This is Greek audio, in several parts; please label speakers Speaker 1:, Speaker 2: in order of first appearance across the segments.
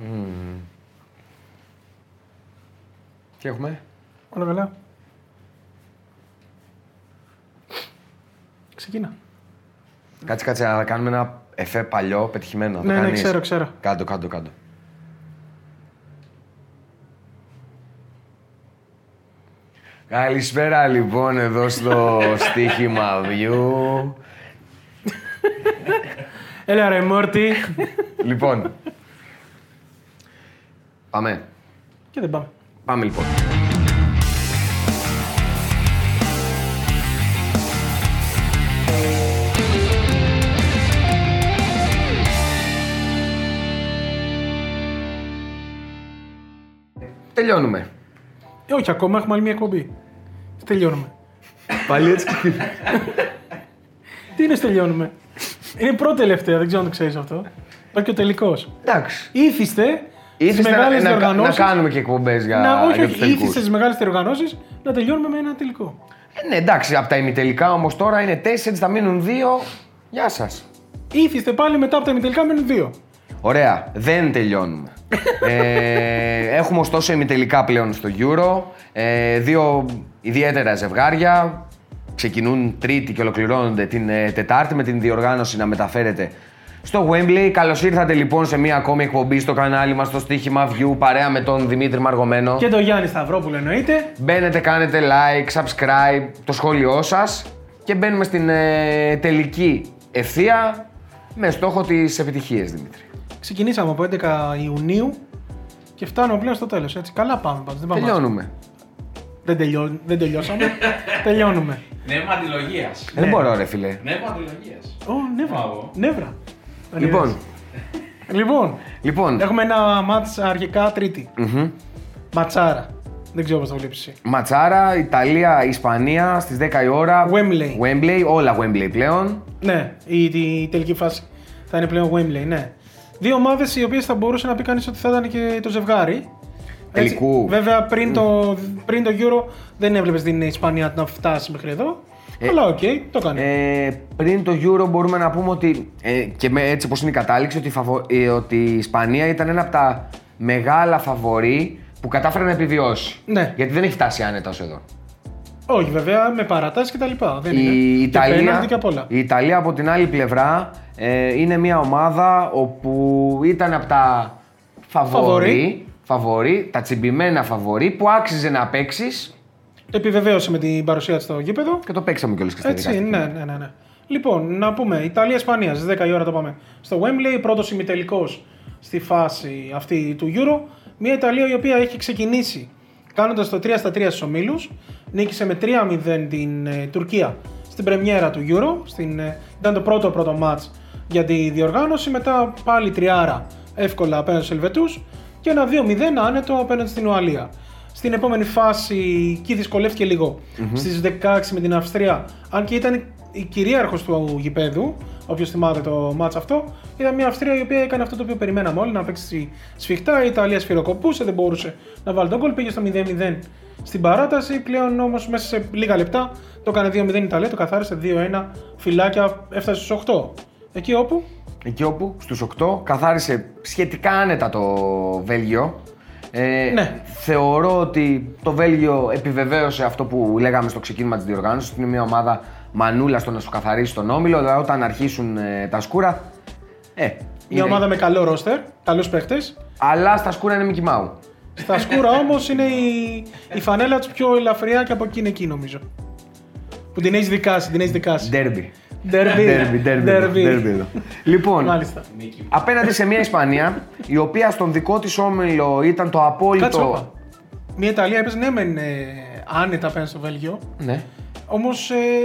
Speaker 1: Μμμ. Τι έχουμε.
Speaker 2: Όλα καλά. Ξεκίνα.
Speaker 1: Κάτσε, κάτσε, να κάνουμε ένα εφέ παλιό, πετυχημένο. να το
Speaker 2: Ναι, ναι,
Speaker 1: κάνεις.
Speaker 2: ξέρω, ξέρω.
Speaker 1: Κάντο, κάντο, κάντο. Καλησπέρα λοιπόν εδώ στο στοίχημα βιού.
Speaker 2: Έλα ρε Μόρτι.
Speaker 1: λοιπόν. Πάμε.
Speaker 2: και δεν πάμε.
Speaker 1: Πάμε λοιπόν. Τελειώνουμε.
Speaker 2: Ε, όχι ακόμα, έχουμε άλλη μια εκπομπή. Τελειώνουμε.
Speaker 1: Πάλι έτσι
Speaker 2: Τι είναι τελειώνουμε. είναι η πρώτη τελευταία, δεν ξέρω αν το ξέρεις αυτό. Υπάρχει και ο τελικός.
Speaker 1: Εντάξει.
Speaker 2: Ήθιστε στις
Speaker 1: Ήθιστε
Speaker 2: μεγάλες
Speaker 1: να, να, να,
Speaker 2: διοργανώσεις.
Speaker 1: κάνουμε και εκπομπές για,
Speaker 2: Να, όχι,
Speaker 1: για τους
Speaker 2: όχι.
Speaker 1: τελικούς.
Speaker 2: Ήθιστε στις μεγάλες διοργανώσεις να τελειώνουμε με ένα τελικό.
Speaker 1: Ε, ναι, εντάξει, από τα ημιτελικά όμως τώρα είναι τέσσερις, θα μείνουν δύο. Γεια σας.
Speaker 2: Ήθιστε πάλι μετά από τα ημιτελικά μένουν δύο.
Speaker 1: Ωραία, δεν τελειώνουμε. ε, έχουμε ωστόσο ημιτελικά πλέον στο Euro. Ε, δύο ιδιαίτερα ζευγάρια. Ξεκινούν Τρίτη και ολοκληρώνονται την ε, Τετάρτη με την διοργάνωση να μεταφέρεται στο Wembley. Καλώς ήρθατε λοιπόν σε μία ακόμη εκπομπή στο κανάλι μας, στο στοίχημα View, παρέα με τον Δημήτρη Μαργομένο.
Speaker 2: Και το Γιάννη Σταυρόπουλο εννοείται.
Speaker 1: Μπαίνετε, κάνετε like, subscribe, το σχόλιο σας και μπαίνουμε στην ε, τελική ευθεία με στόχο τις επιτυχίες, Δημήτρη.
Speaker 2: Ξεκινήσαμε από 11 Ιουνίου και φτάνουμε πλέον στο τέλος. Έτσι, καλά πάμε πάντως, Δεν, πάμε άσχημα.
Speaker 1: Τελειώνουμε.
Speaker 2: δεν, τελειώ- δεν τελειώσαμε. τελειώνουμε.
Speaker 3: Νεύμα αντιλογίας.
Speaker 2: Ναι.
Speaker 1: Δεν μπορώ, ρε φίλε.
Speaker 3: Νεύμα αντιλογίας.
Speaker 2: Ω, νεύρα.
Speaker 3: Μπράβο.
Speaker 2: Νεύρα.
Speaker 1: Λοιπόν,
Speaker 2: λοιπόν,
Speaker 1: λοιπόν,
Speaker 2: έχουμε ένα μάτς αρχικά Τρίτη.
Speaker 1: μμμ.
Speaker 2: Ματσάρα. Δεν ξέρω πώς θα βλέπει εσύ.
Speaker 1: Ματσάρα, Ιταλία, Ισπανία στις 10 η ώρα.
Speaker 2: Wembley.
Speaker 1: Wembley, όλα Wembley πλέον.
Speaker 2: Ναι, η, η- η τελική φάση θα είναι πλέον Wembley, ναι. Δύο ομάδες οι οποίες θα μπορούσε να πει κανείς ότι θα ήταν και το ζευγάρι. Έτσι,
Speaker 1: Τελικού.
Speaker 2: βέβαια πριν το, πριν το Euro δεν έβλεπες την Ισπανία να φτάσει μέχρι εδώ. αλλά οκ, το έκανε.
Speaker 1: Ε, πριν το Euro μπορούμε να πούμε ότι, ε, και με, έτσι όπως είναι η κατάληξη, ότι, η φαβο- ε, ότι η Ισπανία ήταν ένα από τα μεγάλα φαβορή που κατάφερε να επιβιώσει.
Speaker 2: Ναι.
Speaker 1: Γιατί δεν έχει φτάσει άνετα ως εδώ.
Speaker 2: Όχι, βέβαια με παρατάσει και τα λοιπά. Δεν είναι.
Speaker 1: Η
Speaker 2: Και
Speaker 1: Ιταλία,
Speaker 2: πέναλτι και απ' όλα.
Speaker 1: η Ιταλία από την άλλη πλευρά ε, είναι μια ομάδα όπου ήταν από τα φαβορή,
Speaker 2: Φαβορί.
Speaker 1: φαβορί, τα τσιμπημένα φαβορή που άξιζε να παίξεις
Speaker 2: Επιβεβαίωσε με την παρουσία της στο γήπεδο.
Speaker 1: και το παίξαμε κιόλας και στα
Speaker 2: Έτσι,
Speaker 1: δικαστήρια.
Speaker 2: ναι, ναι, ναι, ναι. Λοιπόν, να πούμε Ιταλία-Ισπανία στις 10 η ώρα το πάμε. Στο Wembley, πρώτος ημιτελικός στη φάση αυτή του Euro. Μια Ιταλία η οποία έχει ξεκινήσει κάνοντας το 3 στα 3 στους ομίλους. Νίκησε με 3-0 την ε, Τουρκία στην πρεμιέρα του Euro. Στην, ε, ήταν το πρώτο πρώτο μάτς για τη διοργάνωση. Μετά πάλι τριάρα εύκολα απέναντι στους Ελβετούς και ένα 2-0 άνετο απέναντι στην Ουαλία. Στην επόμενη φάση εκεί δυσκολεύτηκε λίγο. Στις 16 με την Αυστρία, αν και ήταν η κυρίαρχος του γηπέδου, όποιος θυμάται το μάτς αυτό, ήταν μια Αυστρία η οποία έκανε αυτό το οποίο περιμέναμε όλοι να παίξει σφιχτά. Η Ιταλία σφυροκοπούσε, δεν μπορούσε να βάλει τον γκολ. Πήγε στο 0-0 στην παράταση. Πλέον όμως μέσα σε λίγα λεπτά το έκανε 2-0 η Ιταλία, το καθάρισε 2-1. Φυλάκια έφτασε στους 8. Εκεί όπου
Speaker 1: Εκεί όπου στους 8 καθάρισε σχετικά άνετα το Βέλγιο. Ε,
Speaker 2: Ναι.
Speaker 1: Θεωρώ ότι το Βέλγιο επιβεβαίωσε αυτό που λέγαμε στο ξεκίνημα της διοργάνωσης. ότι Είναι μια ομάδα μανούλα στο να σου καθαρίσει τον όμιλο, αλλά όταν αρχίσουν ε, τα σκούρα. Ε,
Speaker 2: μια
Speaker 1: είναι-
Speaker 2: ομάδα με καλό ρόστερ, καλούς παίχτες,
Speaker 1: Αλλά στα σκούρα είναι Mickey Mouse.
Speaker 2: Στα σκούρα όμως είναι η, η φανέλα τους πιο ελαφριά και από εκείνη εκεί νομίζω. Που την έχεις δικάσει, την έχεις δικάσει.
Speaker 1: Ντέρμπι.
Speaker 2: Ντερμπι.
Speaker 1: Ντέρμπι, ντέρμπι, ντέρμπι εδώ. Λοιπόν,
Speaker 2: Μάλιστα.
Speaker 3: Νίκη.
Speaker 1: απέναντι σε μια Ισπανία η οποία στον δικό της όμιλο ήταν το απόλυτο.
Speaker 2: Κάτσε όπα. Μια Ιταλία έπαιζε ναι, μεν ε, άνετα απέναντι στο Βέλγιο,
Speaker 1: Ναι.
Speaker 2: όμως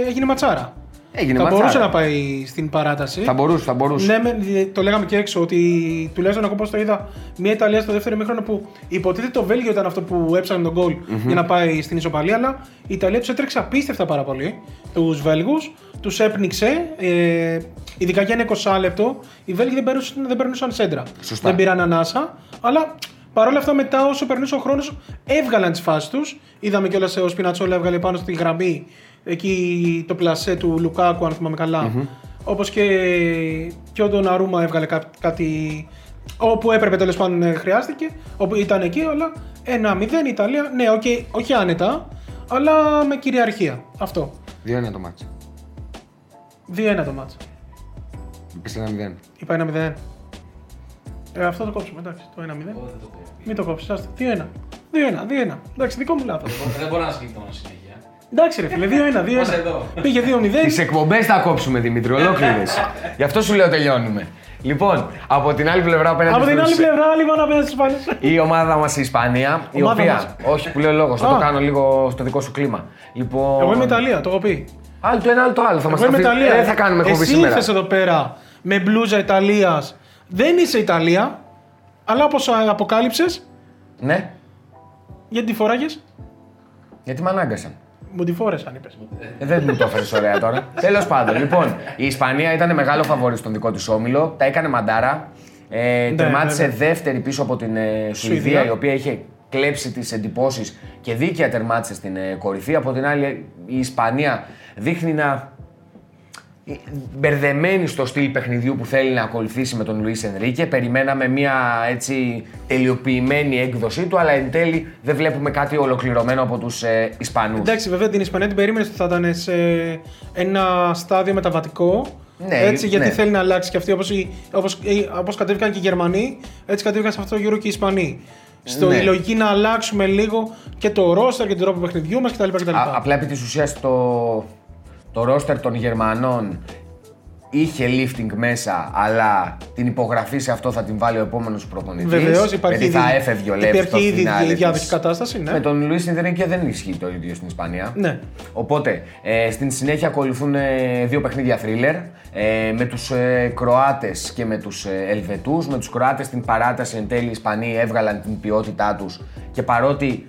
Speaker 2: ε, έγινε ματσάρα.
Speaker 1: Έγινε
Speaker 2: θα
Speaker 1: ματσάρα.
Speaker 2: μπορούσε να πάει στην παράταση.
Speaker 1: Θα μπορούσε, θα μπορούσε.
Speaker 2: Ναι, μεν, ε, το λέγαμε και έξω ότι τουλάχιστον εγώ πώς το είδα, μια Ιταλία στο δεύτερο μήχρονο που υποτίθεται το Βέλγιο ήταν αυτό που έψαχνε τον γκολ για να πάει στην ισοπαλία, αλλά η Ιταλία τους έτρεξε απίστευτα πάρα πολύ τους Βέλγους, τους έπνιξε, ε, ειδικά για ένα 20 λεπτό. Οι Βέλγοι δεν περνούσαν, δεν περνούσαν σέντρα.
Speaker 1: Σωστά.
Speaker 2: Δεν πήραν ανάσα, αλλά παρόλα αυτά μετά όσο περνούσε ο χρόνος έβγαλαν τις φάσεις τους. Είδαμε κιόλας ο Σπινατσόλα έβγαλε πάνω στη γραμμή εκεί το πλασέ του Λουκάκου, αν θυμάμαι καλά, Όπως και, και ο Ντοναρούμα έβγαλε κά- κάτι. Όπου έπρεπε τέλος πάντων ε, χρειάστηκε. Όπου ήταν εκεί, αλλά 1-0 η Ιταλία. Ναι, okay, όχι άνετα, αλλά με κυριαρχία. Αυτό.
Speaker 1: 2-1 το μάτσο.
Speaker 2: 2-1 το μάτσο.
Speaker 1: Πες ένα 0.
Speaker 2: Είπα 1-0. Ε, αυτό το κόψουμε, εντάξει, το 1-0.
Speaker 3: δεν το πω.
Speaker 2: Μην το κόψεις, άστα. 2-1. 2-1, 2-1. Εντάξει, δικό μου λάθος.
Speaker 3: Δεν μπορώ να σκεφτώ συνέχεια.
Speaker 2: Εντάξει, ρε φίλε, 2-1, 2-1.
Speaker 3: Μας εδώ.
Speaker 2: Πήγε 2-0.
Speaker 1: Τις εκπομπές θα κόψουμε, Δημήτρη, ολόκληρες. Γι' αυτό σου λέω τελειώνουμε. Λοιπόν, από την άλλη πλευρά απέναντι
Speaker 2: Από την άλλη
Speaker 1: στους-
Speaker 2: πλευρά, λίγο να πέσει πάλι.
Speaker 1: Η ομάδα μας η Ισπανία, η
Speaker 2: Ομάδα
Speaker 1: οποία.
Speaker 2: μας.
Speaker 1: Όχι, που λέω λόγος, θα
Speaker 2: Α.
Speaker 1: το κάνω λίγο στο δικό σου κλίμα. Λοιπόν.
Speaker 2: Εγώ είμαι Ιταλία, το έχω πει.
Speaker 1: Άλλο το ένα, άλλο το άλλο. Θα μα
Speaker 2: Εγώ είμαι Ιταλία. ε.
Speaker 1: Δεν Ε, θα κάνουμε εκπομπή
Speaker 2: Εσύ
Speaker 1: σήμερα.
Speaker 2: ήρθες εδώ πέρα με μπλούζα Ιταλίας. Δεν είσαι Ιταλία, αλλά όπως αποκάλυψες,
Speaker 1: Ναι,
Speaker 2: γιατί τη φοράγες,
Speaker 1: γιατί με ανάγκασαν.
Speaker 2: μου τη φόρεσαν, είπες.
Speaker 1: Ε, Δεν μου το έφερες ωραία τώρα. Τέλος πάντων, λοιπόν, η Ισπανία ήταν μεγάλο φαβόρη στον δικό του όμιλο. Τα έκανε μαντάρα. Ε,
Speaker 2: Ναι,
Speaker 1: τερμάτισε
Speaker 2: βέβαια.
Speaker 1: δεύτερη πίσω από την ε, Σουηδία,
Speaker 2: Σουηδία.
Speaker 1: η οποία είχε κλέψει τις εντυπώσεις και δίκαια τερμάτισε στην ε, κορυφή. Από την άλλη, η Ισπανία δείχνει να ε, μπερδεμένη στο στυλ παιχνιδιού που θέλει να ακολουθήσει με τον Λουίς Ενρίκε. Περιμέναμε μια έτσι τελειοποιημένη έκδοση του, αλλά εν τέλει δεν βλέπουμε κάτι ολοκληρωμένο από τους ε, Ισπανούς.
Speaker 2: Εντάξει, βέβαια την Ισπανία την περίμενες ότι θα ήταν σε ένα στάδιο μεταβατικό.
Speaker 1: Ναι,
Speaker 2: έτσι, γιατί
Speaker 1: ναι.
Speaker 2: θέλει να αλλάξει και αυτή. Όπω όπως, ε, όπως κατέβηκαν και οι Γερμανοί, έτσι κατέβηκαν σε αυτό το γύρο και οι Ισπανοί. Στο,
Speaker 1: Ναι.
Speaker 2: Η λογική να αλλάξουμε λίγο και το ρόστερ και τον τρόπο παιχνιδιού μας κτλ. κτλ.
Speaker 1: Α- απλά επί της ουσίας το, το ρόστερ των Γερμανών είχε lifting μέσα, αλλά την υπογραφή σε αυτό θα την βάλει ο επόμενος προπονητής.
Speaker 2: Βεβαίως υπάρχει
Speaker 1: Γιατί θα έφευγε ο Λεύκο.
Speaker 2: υπάρχει ήδη διάδοχη κατάσταση. Ναι.
Speaker 1: Με τον Λουίς Ινδρίκε δεν ισχύει το ίδιο στην Ισπανία.
Speaker 2: Ναι.
Speaker 1: Οπότε, ε, στην συνέχεια ακολουθούν ε, δύο παιχνίδια θρίλερ ε, με τους ε, Κροάτες και με τους ε, Ελβετούς. Με τους Κροάτες στην παράταση εν τέλει οι Ισπανοί έβγαλαν την ποιότητά τους και παρότι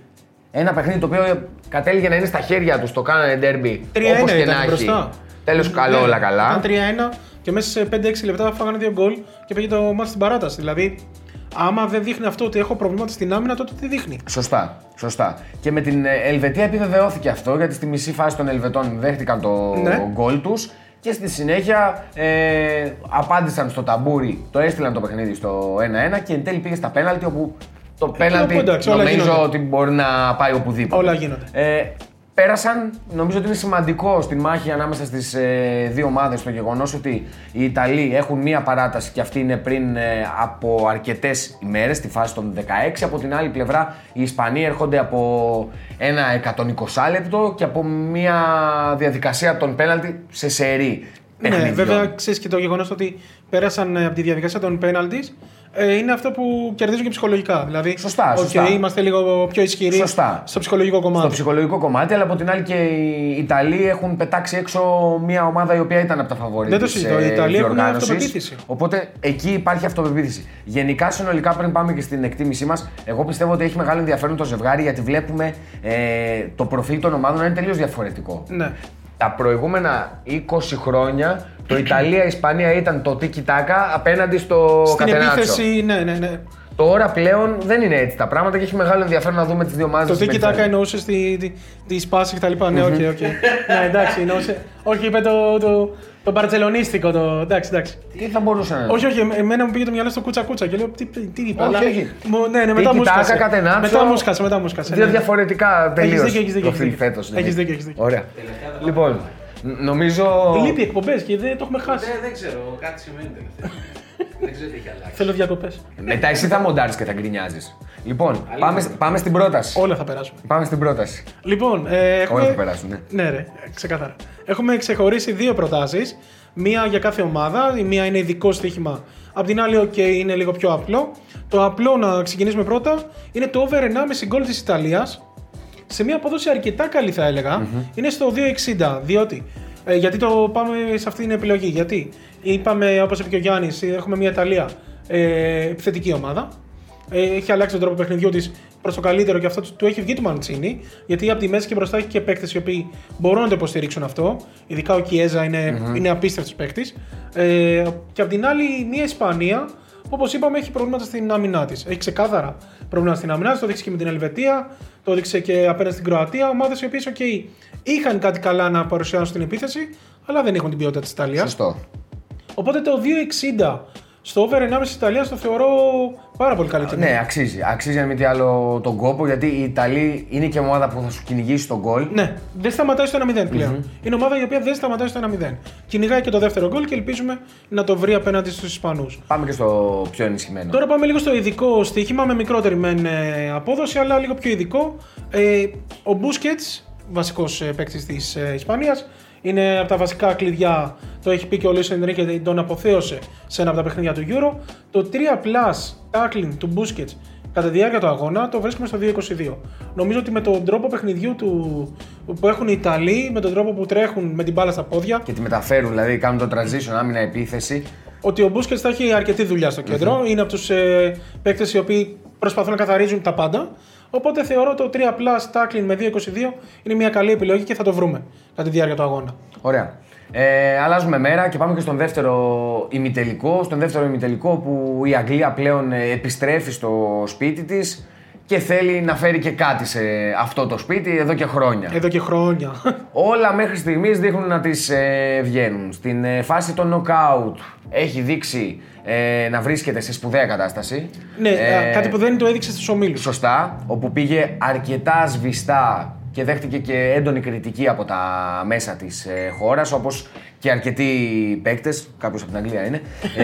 Speaker 1: ένα παιχνίδι το οποίο κατέληγε να είναι στα χέρια τους, το κάνανε ντέρμπι
Speaker 2: 3-1
Speaker 1: όπως και να
Speaker 2: ήταν
Speaker 1: έχει.
Speaker 2: μπροστά.
Speaker 1: Τέλος καλό
Speaker 2: Ναι,
Speaker 1: όλα καλά.
Speaker 2: Ήταν 3-1 και μέσα σε 5-6 λεπτά φάγανε δύο γκολ και πήγε το μάτι στην παράταση. Δηλαδή, άμα δεν δείχνει αυτό ότι έχω προβλήματα στην άμυνα, τότε τι δείχνει.
Speaker 1: Σωστά, σωστά. Και με την ε, Ελβετία επιβεβαιώθηκε αυτό, γιατί στη μισή φάση των Ελβετών δέχτηκαν το
Speaker 2: Ναι.
Speaker 1: γκολ τους και στη συνέχεια ε, απάντησαν στο ταμπούρι, το έστειλαν το παιχνίδι στο 1-1 και εν τέλει πήγε στα πέναλτι όπου το πέναλτι
Speaker 2: όπου Ε, εντάξει, όλα
Speaker 1: νομίζω
Speaker 2: γίνονται.
Speaker 1: ότι μπορεί να πάει οπουδήποτε.
Speaker 2: Όλα γίνονται.
Speaker 1: Ε, πέρασαν, νομίζω ότι είναι σημαντικό στην μάχη ανάμεσα στις ε, δύο ομάδες το γεγονός ότι οι Ιταλοί έχουν μία παράταση και αυτή είναι πριν ε, από αρκετές ημέρες, στη φάση των 16. Από την άλλη πλευρά οι Ισπανοί έρχονται από ένα 120 λεπτό και από μία διαδικασία των πέναλτι σε σερή
Speaker 2: Ναι,
Speaker 1: παιχνιδιών.
Speaker 2: βέβαια ξέρεις και το γεγονός ότι πέρασαν ε, από τη διαδικασία των πέναλτις. Ε, είναι αυτό που κερδίζουν και ψυχολογικά. Δηλαδή,
Speaker 1: Σωστά,
Speaker 2: «Οκ,
Speaker 1: σωστά.
Speaker 2: είμαστε λίγο πιο ισχυροί
Speaker 1: Σωστά.
Speaker 2: στο ψυχολογικό κομμάτι.
Speaker 1: στο ψυχολογικό κομμάτι, αλλά από την άλλη και οι Ιταλοί έχουν πετάξει έξω μια ομάδα η οποία ήταν από τα φαβορή.
Speaker 2: Δεν το
Speaker 1: της,
Speaker 2: συζητώ, οι
Speaker 1: ε,
Speaker 2: Ιταλοί έχουν
Speaker 1: διοργάνωσης.
Speaker 2: αυτοπεποίθηση.
Speaker 1: Οπότε εκεί υπάρχει αυτοπεποίθηση. Γενικά, συνολικά, πριν πάμε και στην εκτίμησή μας, εγώ πιστεύω ότι έχει μεγάλο ενδιαφέρον το ζευγάρι γιατί βλέπουμε ε, το προφίλ των ομάδων να είναι τελείως διαφορετικό.
Speaker 2: Ναι.
Speaker 1: Τα προηγούμενα 20 χρόνια το Ιταλία-Ισπανία ήταν το τίκι τάκα απέναντι στο
Speaker 2: Στην
Speaker 1: Κατενάτσο.
Speaker 2: επίθεση, ναι, ναι, ναι.
Speaker 1: Τώρα πλέον δεν είναι έτσι τα πράγματα και έχει μεγάλο ενδιαφέρον να δούμε τις δύο ομάδες.
Speaker 2: Το τι κοιτάκα εννοούσε τη, τη, τη σπάση και τα λοιπά. Ναι, οκ, οκ. Ναι, εντάξει, εννοούσε. Όχι, είπε το, το, το μπαρτσελονίστικο. Το... Εντάξει, εντάξει.
Speaker 1: Τι θα μπορούσε να είναι.
Speaker 2: Όχι, όχι, εμένα μου πήγε το μυαλό στο κούτσα κούτσα και λέω τι, τι, τι είπα.
Speaker 1: Όχι,
Speaker 2: αλλά-
Speaker 1: όχι.
Speaker 2: Μου, ναι, ναι,
Speaker 1: Τι
Speaker 2: μετά μου
Speaker 1: κοιτάκα,
Speaker 2: σκάσε.
Speaker 1: κατενάτσο.
Speaker 2: Μετά μου σκάσε, μετά μου σκάσε.
Speaker 1: Δύο
Speaker 2: ναι.
Speaker 1: διαφορετικά τελείως.
Speaker 2: δίκιο, έχεις δίκιο, έχεις δίκιο. Έχεις δίκιο, έχεις δίκιο.
Speaker 1: ναι. Ωραία. Λοιπόν, ν- νομίζω.
Speaker 2: Λείπει εκπομπές και δεν το έχουμε χάσει.
Speaker 3: Δεν, δεν ξέρω, κάτι σημαίνει τελευταία. δεν ξέρω τι έχει αλλάξει.
Speaker 2: Θέλω διακοπές.
Speaker 1: Μετά εσύ θα μοντάρεις και θα γκρινιάζεις. Λοιπόν, πάμε, σ- πάμε στην πρόταση.
Speaker 2: Όλα θα περάσουν.
Speaker 1: Πάμε στην πρόταση.
Speaker 2: Λοιπόν, ε, έχουμε...
Speaker 1: Όλα θα περάσουν, ναι.
Speaker 2: Ναι, ρε, ξεκάθαρα. Έχουμε ξεχωρίσει δύο προτάσεις. Μία για κάθε ομάδα. Η μία είναι ειδικό στοίχημα. Απ' την άλλη, οκ, είναι λίγο πιο απλό. Το απλό να ξεκινήσουμε πρώτα είναι το over 1,5 γκολ της Ιταλίας. Σε μία απόδοση αρκετά καλή, θα έλεγα. Είναι στο 2,60. Διότι. ε, γιατί το πάμε σε αυτή την επιλογή. Γιατί είπαμε, όπως είπε και ο Γιάννης, έχουμε μία Ιταλία ε, επιθετική ομάδα. Ε, έχει αλλάξει τον τρόπο παιχνιδιού της προς το καλύτερο και αυτό του, του έχει βγει του Μαντσίνη. Γιατί από τη μέση και μπροστά έχει και παίκτες οι οποίοι μπορούν να το υποστηρίξουν αυτό. Ειδικά ο Κιέζα είναι, είναι απίστευτος παίκτης. Ε, και από την άλλη, μια Ισπανία, όπως είπαμε, έχει προβλήματα στην άμυνά της. Έχει ξεκάθαρα προβλήματα στην άμυνά της. Το δείξε και με την Ελβετία, το δείξε και απέναντι στην Κροατία. Ομάδες οι οποίες, οκ, είχαν κάτι καλά να παρουσιάσουν στην επίθεση, αλλά δεν έχουν την ποιότητα της Ιταλίας.
Speaker 1: Σωστό.
Speaker 2: Οπότε το 2,60 στο over 1,5 Ιταλίας το θεωρώ πάρα πολύ καλή τιμή.
Speaker 1: Ναι, αξίζει. Αξίζει αν μη τι άλλο τον κόπο γιατί η Ιταλία είναι και ομάδα που θα σου κυνηγήσει τον γκολ.
Speaker 2: Ναι, δεν σταματάει στο 1-0 πλεον
Speaker 1: Mm-hmm.
Speaker 2: Είναι ομάδα η οποία δεν σταματάει στο 1-0. Κυνηγάει και το δεύτερο γκολ και ελπίζουμε να το βρει απέναντι στους Ισπανούς.
Speaker 1: Πάμε και στο πιο ενισχυμένο.
Speaker 2: Τώρα πάμε λίγο στο ειδικό στοίχημα με μικρότερη μεν ε, απόδοση, αλλά λίγο πιο ειδικό. Ε, ο Μπούσκετ, βασικό παίκτης της ε, Ισπανίας, είναι από τα βασικά κλειδιά. Το έχει πει και ο Λουί Ενρίκε, τον αποθέωσε σε ένα από τα παιχνίδια του Euro. Το 3 plus tackling του Μπούσκετ κατά τη διάρκεια του αγώνα το βρίσκουμε στο 2.22. Νομίζω ότι με τον τρόπο παιχνιδιού του, που έχουν οι Ιταλοί, με τον τρόπο που τρέχουν με την μπάλα στα πόδια,
Speaker 1: Και τη μεταφέρουν, δηλαδή κάνουν το transition, άμυνα επίθεση.
Speaker 2: ότι ο Μπούσκετ θα έχει αρκετή δουλειά στο κεντρο Είναι από τους ε, παίκτες οι οποίοι προσπαθούν να καθαρίζουν τα πάντα. Οπότε θεωρώ το 3 plus tackling με 2,22 είναι μια καλή επιλογή και θα το βρούμε κατά τη διάρκεια του αγώνα.
Speaker 1: Ωραία. Ε, αλλάζουμε μέρα και πάμε και στον δεύτερο ημιτελικό. Στον δεύτερο ημιτελικό που η Αγγλία πλέον ε, επιστρέφει στο σπίτι της και θέλει να φέρει και κάτι σε αυτό το σπίτι εδώ και χρόνια.
Speaker 2: Εδώ και χρόνια.
Speaker 1: Όλα μέχρι στιγμής δείχνουν να τις βγαίνουν. Στην ε, φάση των νοκάουτ έχει δείξει ε, να βρίσκεται σε σπουδαία κατάσταση.
Speaker 2: ναι,
Speaker 1: Ε,
Speaker 2: α, κάτι που δεν το έδειξε στους ομίλους.
Speaker 1: Σωστά, όπου πήγε αρκετά σβηστά και δέχτηκε και έντονη κριτική από τα μέσα της ε, χώρας, όπως και αρκετοί παίκτες, κάποιος από την Αγγλία είναι,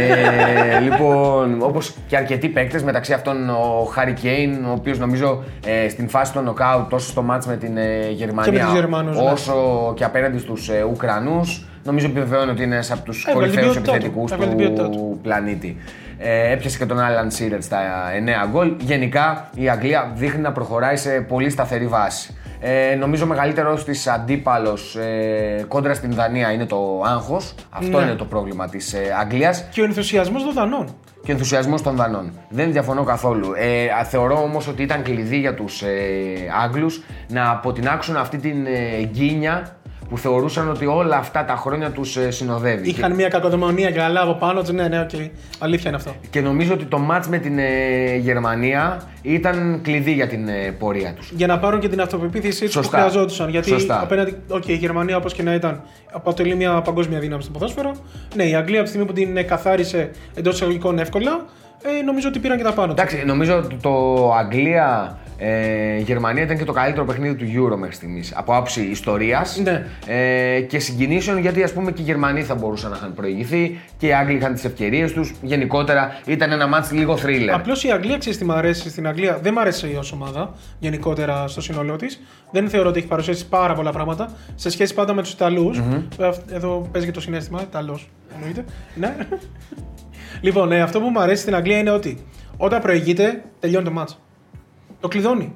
Speaker 1: ε, λοιπόν, όπως και αρκετοί παίκτες, μεταξύ αυτών ο Χάρι Κέιν, ο οποίος νομίζω ε, στην φάση των νοκάουτ τόσο στο μάτς με την ε, Γερμανία,
Speaker 2: τους Γερμανούς, ναι.
Speaker 1: όσο και απέναντι στους ε, Ουκρανούς, νομίζω επιβεβαιώνει ότι είναι ένας από τους
Speaker 2: Έβγαλε την
Speaker 1: κορυφαίους
Speaker 2: ποιότητά του.
Speaker 1: επιθετικούς
Speaker 2: Έβγαλε την ποιότητά του.
Speaker 1: του πλανήτη. Ε, έπιασε και τον Άλαν Σίρετ στα 9 γκολ. Γενικά η Αγγλία δείχνει να προχωράει σε πολύ σταθερή βάση. Ε, νομίζω μεγαλύτερος της αντίπαλος ε, κόντρα στην Δανία είναι το άγχος. Αυτό
Speaker 2: Ναι.
Speaker 1: είναι το πρόβλημα της ε, Αγγλίας
Speaker 2: Και ο ενθουσιασμός των Δανών.
Speaker 1: και ενθουσιασμός των Δανών. Δεν διαφωνώ καθόλου. Ε, α, θεωρώ όμως ότι ήταν κλειδί για τους ε, Άγγλους να αποτινάξουν αυτή την ε, γκίνια που θεωρούσαν ότι όλα αυτά τα χρόνια τους ε, συνοδεύει. Και-
Speaker 2: Είχαν μια κακοδαιμονία και καλά από πάνω τους. Ναι, ναι, οκ. Αλήθεια είναι αυτό.
Speaker 1: Και νομίζω ότι το μάτς με την ε, Γερμανία ήταν κλειδί για την ε, πορεία τους.
Speaker 2: Για να πάρουν και την αυτοπεποίθησή τους που
Speaker 1: Σωστά.
Speaker 2: χρειαζόντουσαν. Γιατί
Speaker 1: Σωστά.
Speaker 2: απέναντι. Οκ, η Γερμανία όπως και να ήταν αποτελεί μια παγκόσμια δύναμη στο ποδόσφαιρο. Ναι, η Αγγλία από τη στιγμή που την ε, καθάρισε εντός εισαγωγικών εύκολα, ε, νομίζω ότι πήραν και τα πάνω τους.
Speaker 1: Εντάξει, νομίζω ότι το Αγγλία ε, Γερμανία ήταν και το καλύτερο παιχνίδι του Euro μέχρι στιγμής. Από άψη ιστορίας
Speaker 2: Ναι.
Speaker 1: ε, και συγκινήσεων, γιατί ας πούμε και οι Γερμανοί θα μπορούσαν να είχαν προηγηθεί και οι Άγγλοι είχαν τις ευκαιρίες τους. Γενικότερα ήταν ένα μάτς λίγο thriller.
Speaker 2: Απλώς η Αγγλία ξέρεις τι μου αρέσει στην Αγγλία. Δεν μου αρέσει η ως ομάδα γενικότερα στο σύνολό της. Δεν θεωρώ ότι έχει παρουσιάσει πάρα πολλά πράγματα σε σχέση πάντα με τους Ιταλούς. Εδώ παίζει και το συνέστημα, Ιταλός εννοείται. ναι. λοιπόν, ε, αυτό που μου αρέσει στην Αγγλία είναι ότι όταν προηγείται, τελειώνει το μάτσο. Το κλειδώνει.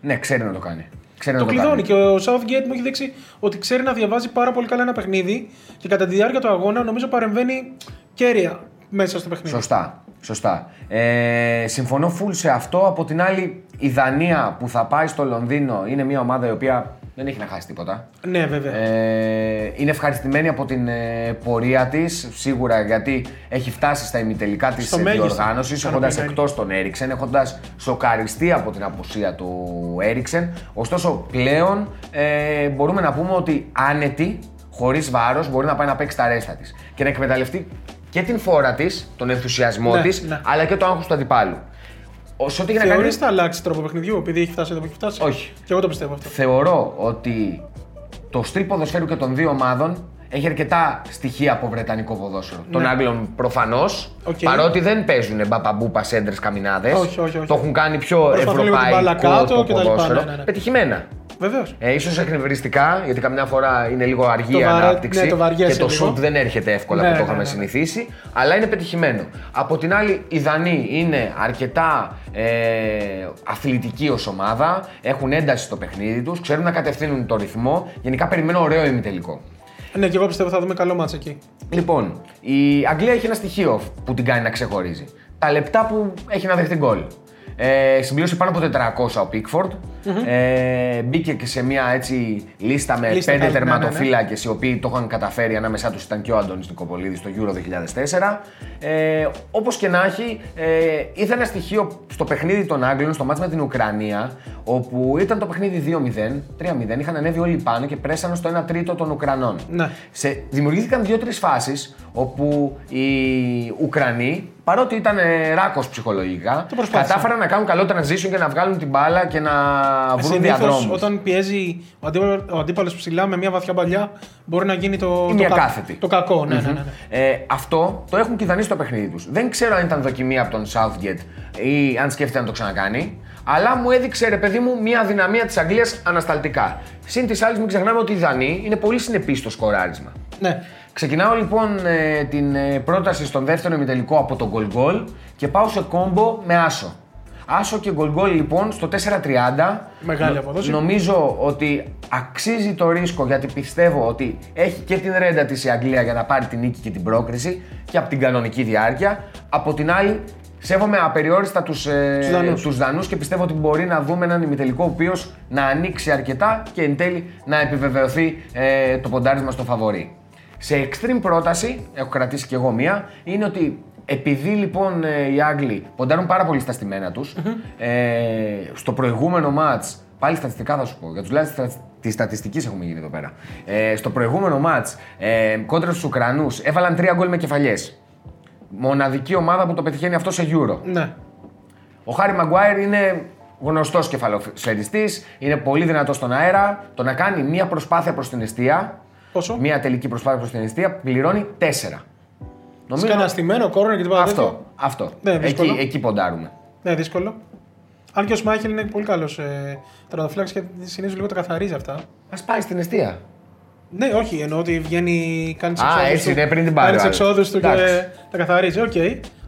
Speaker 1: Ναι, ξέρει να το κάνει. Ξέρει
Speaker 2: Το
Speaker 1: να το
Speaker 2: κλειδώνει
Speaker 1: κάνει.
Speaker 2: και ο Southgate μου έχει δείξει ότι ξέρει να διαβάζει πάρα πολύ καλά ένα παιχνίδι και κατά τη διάρκεια του αγώνα νομίζω παρεμβαίνει κέρια μέσα στο παιχνίδι.
Speaker 1: Σωστά. Σωστά. Ε, συμφωνώ full σε αυτό. Από την άλλη, η Δανία που θα πάει στο Λονδίνο είναι μια ομάδα η οποία δεν έχει να χάσει τίποτα.
Speaker 2: Ναι, βέβαια.
Speaker 1: Ε, είναι ευχαριστημένη από την ε, πορεία της, σίγουρα γιατί έχει φτάσει στα ημιτελικά της
Speaker 2: Στο μέγιστο,
Speaker 1: διοργάνωσης, έχοντα
Speaker 2: ικανοποιημένη.
Speaker 1: εκτός τον Έριξεν, έχοντας σοκαριστεί από την απουσία του Έριξεν. Ωστόσο, πλέον ε, μπορούμε να πούμε ότι άνετη, χωρίς βάρος, μπορεί να πάει να παίξει τα ρέστα της και να εκμεταλλευτεί και την φόρα της, τον ενθουσιασμό
Speaker 2: Ναι,
Speaker 1: της,
Speaker 2: ναι.
Speaker 1: αλλά και το άγχος του αντιπάλου. Ω, σε ό,τι και να κάνει-
Speaker 2: Θεωρείς θα αλλάξει τρόπο παιχνιδιού επειδή έχει φτάσει εδώ που έχει φτάσει.
Speaker 1: Όχι.
Speaker 2: Και εγώ το πιστεύω αυτό.
Speaker 1: θεωρώ ότι το στρίπ ποδοσφαίρου και των δύο ομάδων έχει αρκετά στοιχεία από βρετανικό ποδόσφαιρο. Των Άγγλων προφανώς.
Speaker 2: Ναι. Οκ.
Speaker 1: Παρότι δεν παίζουν μπαπαμπούπα, σέντρες, καμινάδες.
Speaker 2: Όχι, όχι, όχι.
Speaker 1: Το έχουν κάνει πιο
Speaker 2: Προσπαθούν λίγο την μπάλα
Speaker 1: ευρωπαϊκό
Speaker 2: κάτω
Speaker 1: το
Speaker 2: και τα λοιπά,
Speaker 1: ποδόσφαιρο.
Speaker 2: ναι, ναι, ναι.
Speaker 1: Πετυχημένα.
Speaker 2: Βεβαίως.
Speaker 1: Ε, ίσως εκνευριστικά, γιατί καμιά φορά είναι λίγο αργή
Speaker 2: Το
Speaker 1: η
Speaker 2: βαρέ-
Speaker 1: ανάπτυξη
Speaker 2: ναι, το βαριέσαι
Speaker 1: και το
Speaker 2: λίγο.
Speaker 1: σουτ δεν έρχεται εύκολα
Speaker 2: Ναι,
Speaker 1: που το
Speaker 2: ναι,
Speaker 1: είχαμε
Speaker 2: ναι.
Speaker 1: συνηθίσει, αλλά είναι πετυχημένο. Από την άλλη, οι Δανείοι είναι αρκετά ε, αθλητικοί ως ομάδα, έχουν ένταση στο παιχνίδι τους, ξέρουν να κατευθύνουν το ρυθμό, γενικά περιμένω ωραίο ημιτελικό.
Speaker 2: Ναι, και εγώ πιστεύω θα δούμε καλό μάτσα εκεί.
Speaker 1: Λοιπόν, η Αγγλία έχει ένα στοιχείο που την κάνει να ξεχωρίζει. Τα λεπτά που έχει να δεχτεί γκολ. Ε, συμπλήρωσε πάνω από 400 ο Πίκφορντ. Ε, μπήκε και σε μια έτσι λίστα με
Speaker 2: Λίστα
Speaker 1: πέντε
Speaker 2: καλή, ναι, ναι, ναι.
Speaker 1: τερματοφύλακες οι οποίοι το είχαν καταφέρει. Ανάμεσά τους ήταν και ο Αντώνη Νικοπολίδης στο Euro 2004. Ε, Όπως και να έχει, ε, ήρθε ένα στοιχείο στο παιχνίδι των Άγγλων, στο μάτς με την Ουκρανία, όπου ήταν το παιχνίδι 2-0, 3-0. Είχαν ανέβει όλοι πάνω και πρέσανε στο 1 τρίτο των Ουκρανών.
Speaker 2: Ναι.
Speaker 1: Σε, δημιουργήθηκαν δύο-τρει φάσεις όπου οι Ουκρανοί, παρότι ήταν ράκος ψυχολογικά,
Speaker 2: Το προσπάθησαν.
Speaker 1: κατάφεραν να κάνουν καλό transition και να βγάλουν την μπάλα και να βρουν
Speaker 2: Συνήθω
Speaker 1: διαδρόμου.
Speaker 2: Ε, όταν πιέζει ο αντίπαλο ο αντίπαλος ψηλά με μια βαθιά παλιά, μπορεί να γίνει το, το,
Speaker 1: μια
Speaker 2: κα-
Speaker 1: κάθετη.
Speaker 2: το κακό. Ναι, ναι, ναι, ναι.
Speaker 1: Ε, αυτό το έχουν κηδανίσει στο παιχνίδι τους. Δεν ξέρω αν ήταν δοκιμή από τον Southgate ή αν σκέφτεται να το ξανακάνει. Αλλά μου έδειξε, ρε παιδί μου, μια δυναμία της Αγγλίας ανασταλτικά. Συν της άλλης, μην ξεχνάμε ότι οι Δανείοι είναι πολύ συνεπείς στο σκοράρισμα.
Speaker 2: ναι.
Speaker 1: Ξεκινάω λοιπόν ε, την ε, πρόταση στον δεύτερο ημιτελικό από τον γκολ γκολ και πάω σε κόμπο με Άσο. Άσο και γκολ γκολ λοιπόν στο 4.30.
Speaker 2: Μεγάλη
Speaker 1: Νο-
Speaker 2: απόδοση.
Speaker 1: Νομίζω ότι αξίζει το ρίσκο γιατί πιστεύω ότι έχει και την ρέντα της η Αγγλία για να πάρει την νίκη και την πρόκριση και από την κανονική διάρκεια. Από την άλλη, σέβομαι απεριόριστα τους, ε,
Speaker 2: Τους Δανούς.
Speaker 1: τους Δανούς και πιστεύω ότι μπορεί να δούμε έναν ημιτελικό ο οποίος να ανοίξει αρκετά και εν τέλει να επιβεβαιωθεί ε, το ποντάρισμα στο φαβορή. Σε extreme πρόταση, έχω κρατήσει κι εγώ μία, είναι ότι επειδή λοιπόν ε, οι Άγγλοι ποντάρουν πάρα πολύ στα στημένα τους, ε, στο προηγούμενο μάτς, πάλι στατιστικά θα σου πω, για τους λάθη τη στατιστικής έχουμε γίνει εδώ πέρα. Ε, στο προηγούμενο μάτς, ε, κόντρα στους Ουκρανούς, έβαλαν τρία γκολ με κεφαλιές. Μοναδική ομάδα που το πετυχαίνει αυτό σε Euro.
Speaker 2: ναι.
Speaker 1: Ο Χάρη Μαγκουάιρ είναι γνωστός κεφαλοφεριστή, είναι πολύ δυνατός στον αέρα. Το να κάνει μία προσπάθεια προς την αιστεία,
Speaker 2: Πόσο?
Speaker 1: μία τελική προσπάθεια προς την αιστεία, πληρώνει 4. Νομίζω
Speaker 2: Σκάνα στημένο, κόρνο και τίποτα τέτοιο.
Speaker 1: αυτό. αυτό.
Speaker 2: Ναι, δύσκολο.
Speaker 1: εκεί, εκεί ποντάρουμε.
Speaker 2: Ναι, δύσκολο. Αν και ο Σμάχελ είναι πολύ καλός ε, τερματοφύλακας και συνήθως λίγο τα καθαρίζει αυτά.
Speaker 1: Ας πάει στην αιστεία.
Speaker 2: Ναι, όχι, εννοώ ότι βγαίνει, κάνει τις
Speaker 1: Α,
Speaker 2: εξόδους
Speaker 1: έτσι,
Speaker 2: του.
Speaker 1: ναι, πριν την πάρει ο
Speaker 2: Κάνει τις
Speaker 1: άλλος.
Speaker 2: εξόδους του και
Speaker 1: Εντάξει.
Speaker 2: τα καθαρίζει. Οκ.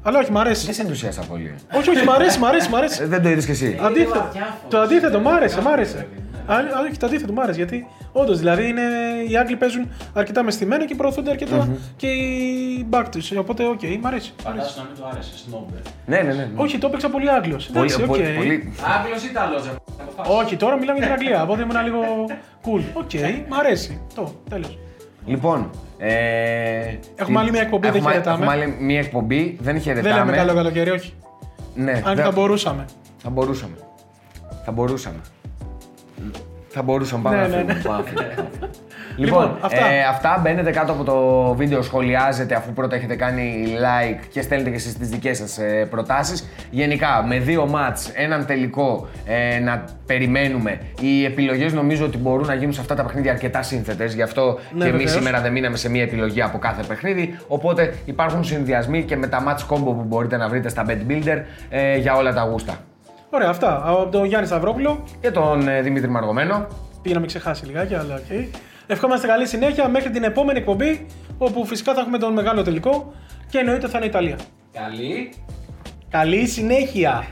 Speaker 2: Αλλά όχι, μ' αρέσει.
Speaker 1: Δεν σε ενθουσιάσα πολύ.
Speaker 2: όχι, όχι, μ' αρέσει, μ' αρέσει. Μ
Speaker 1: Ε,
Speaker 2: αρέσει.
Speaker 1: Δεν το είδες κι εσύ.
Speaker 3: λίγο
Speaker 2: αντίθετο.
Speaker 3: αδιάφορος.
Speaker 2: Το αντίθετο, μ' άρεσε. Μ'
Speaker 3: Αδιάφορος,
Speaker 2: άρεσε. Α, α, όχι, το αντίθετο, μ' άρεσε. Γιατί όντως δηλαδή είναι, οι Άγγλοι παίζουν αρκετά με στημένα και προωθούνται αρκετά και οι back τους. Οπότε, οκ, μ' αρέσει. μ' αρέσει.
Speaker 3: Φαντάσου να μην του άρεσε, σνόμπερ.
Speaker 1: Ναι, ναι, ναι.
Speaker 2: Όχι, το έπαιξα πολύ Άγγλος.
Speaker 1: Πολύ- πολύ- πολύ-
Speaker 3: Άγγλος ή Ιταλός, ρε. αποφάσισε.
Speaker 2: Όχι, τώρα μιλάμε για την Αγγλία. Από ήμουν λίγο cool. Οκ, μ' αρέσει. Το, τέλος.
Speaker 1: Λοιπόν. Ε,
Speaker 2: Έχουμε άλλη μια εκπομπή, δεν
Speaker 1: έχουμε-
Speaker 2: χαιρετάμε.
Speaker 1: Έχουμε άλλη μια εκπομπή, δεν
Speaker 2: Δεν
Speaker 1: χαιρετάμε.
Speaker 2: λέμε καλό καλοκαίρι, όχι.
Speaker 1: Ναι,
Speaker 2: Αν και
Speaker 1: δεν-
Speaker 2: θα μπορούσαμε.
Speaker 1: Θα μπορούσαμε. Θα μπορούσαμε. Θα μπορούσαμε πάμε
Speaker 2: Ναι,
Speaker 1: να
Speaker 2: ναι,
Speaker 1: φύγουμε,
Speaker 2: ναι.
Speaker 1: πάμε να φύγουμε.
Speaker 2: Λοιπόν,
Speaker 1: Λοιπόν,
Speaker 2: αυτά.
Speaker 1: αυτά. Ε, αυτά μπαίνετε κάτω από το βίντεο, σχολιάζετε αφού πρώτα έχετε κάνει like και στέλνετε και εσείς τις δικές σας ε, προτάσεις. Γενικά, με δύο μάτς, έναν τελικό ε, να περιμένουμε. Οι επιλογές νομίζω ότι μπορούν να γίνουν σε αυτά τα παιχνίδια αρκετά σύνθετες, γι' αυτό
Speaker 2: Ναι,
Speaker 1: και εμείς
Speaker 2: βεβαίως.
Speaker 1: σήμερα δεν μείναμε σε μία επιλογή από κάθε παιχνίδι. Οπότε υπάρχουν συνδυασμοί και με τα match combo που μπορείτε να βρείτε στα Bet Builder ε, για όλα τα γούστα.
Speaker 2: Ωραία, αυτά. Από τον Γιάννη Σταυρόπουλο.
Speaker 1: και τον ε, Δημήτρη Μαργομένο.
Speaker 2: Πήγα να με ξεχάσει λιγάκι, αλλά οκ. Ευχόμαστε καλή συνέχεια μέχρι την επόμενη εκπομπή, όπου φυσικά θα έχουμε τον μεγάλο τελικό και εννοείται θα είναι η Ιταλία.
Speaker 3: Καλή.
Speaker 2: Καλή συνέχεια!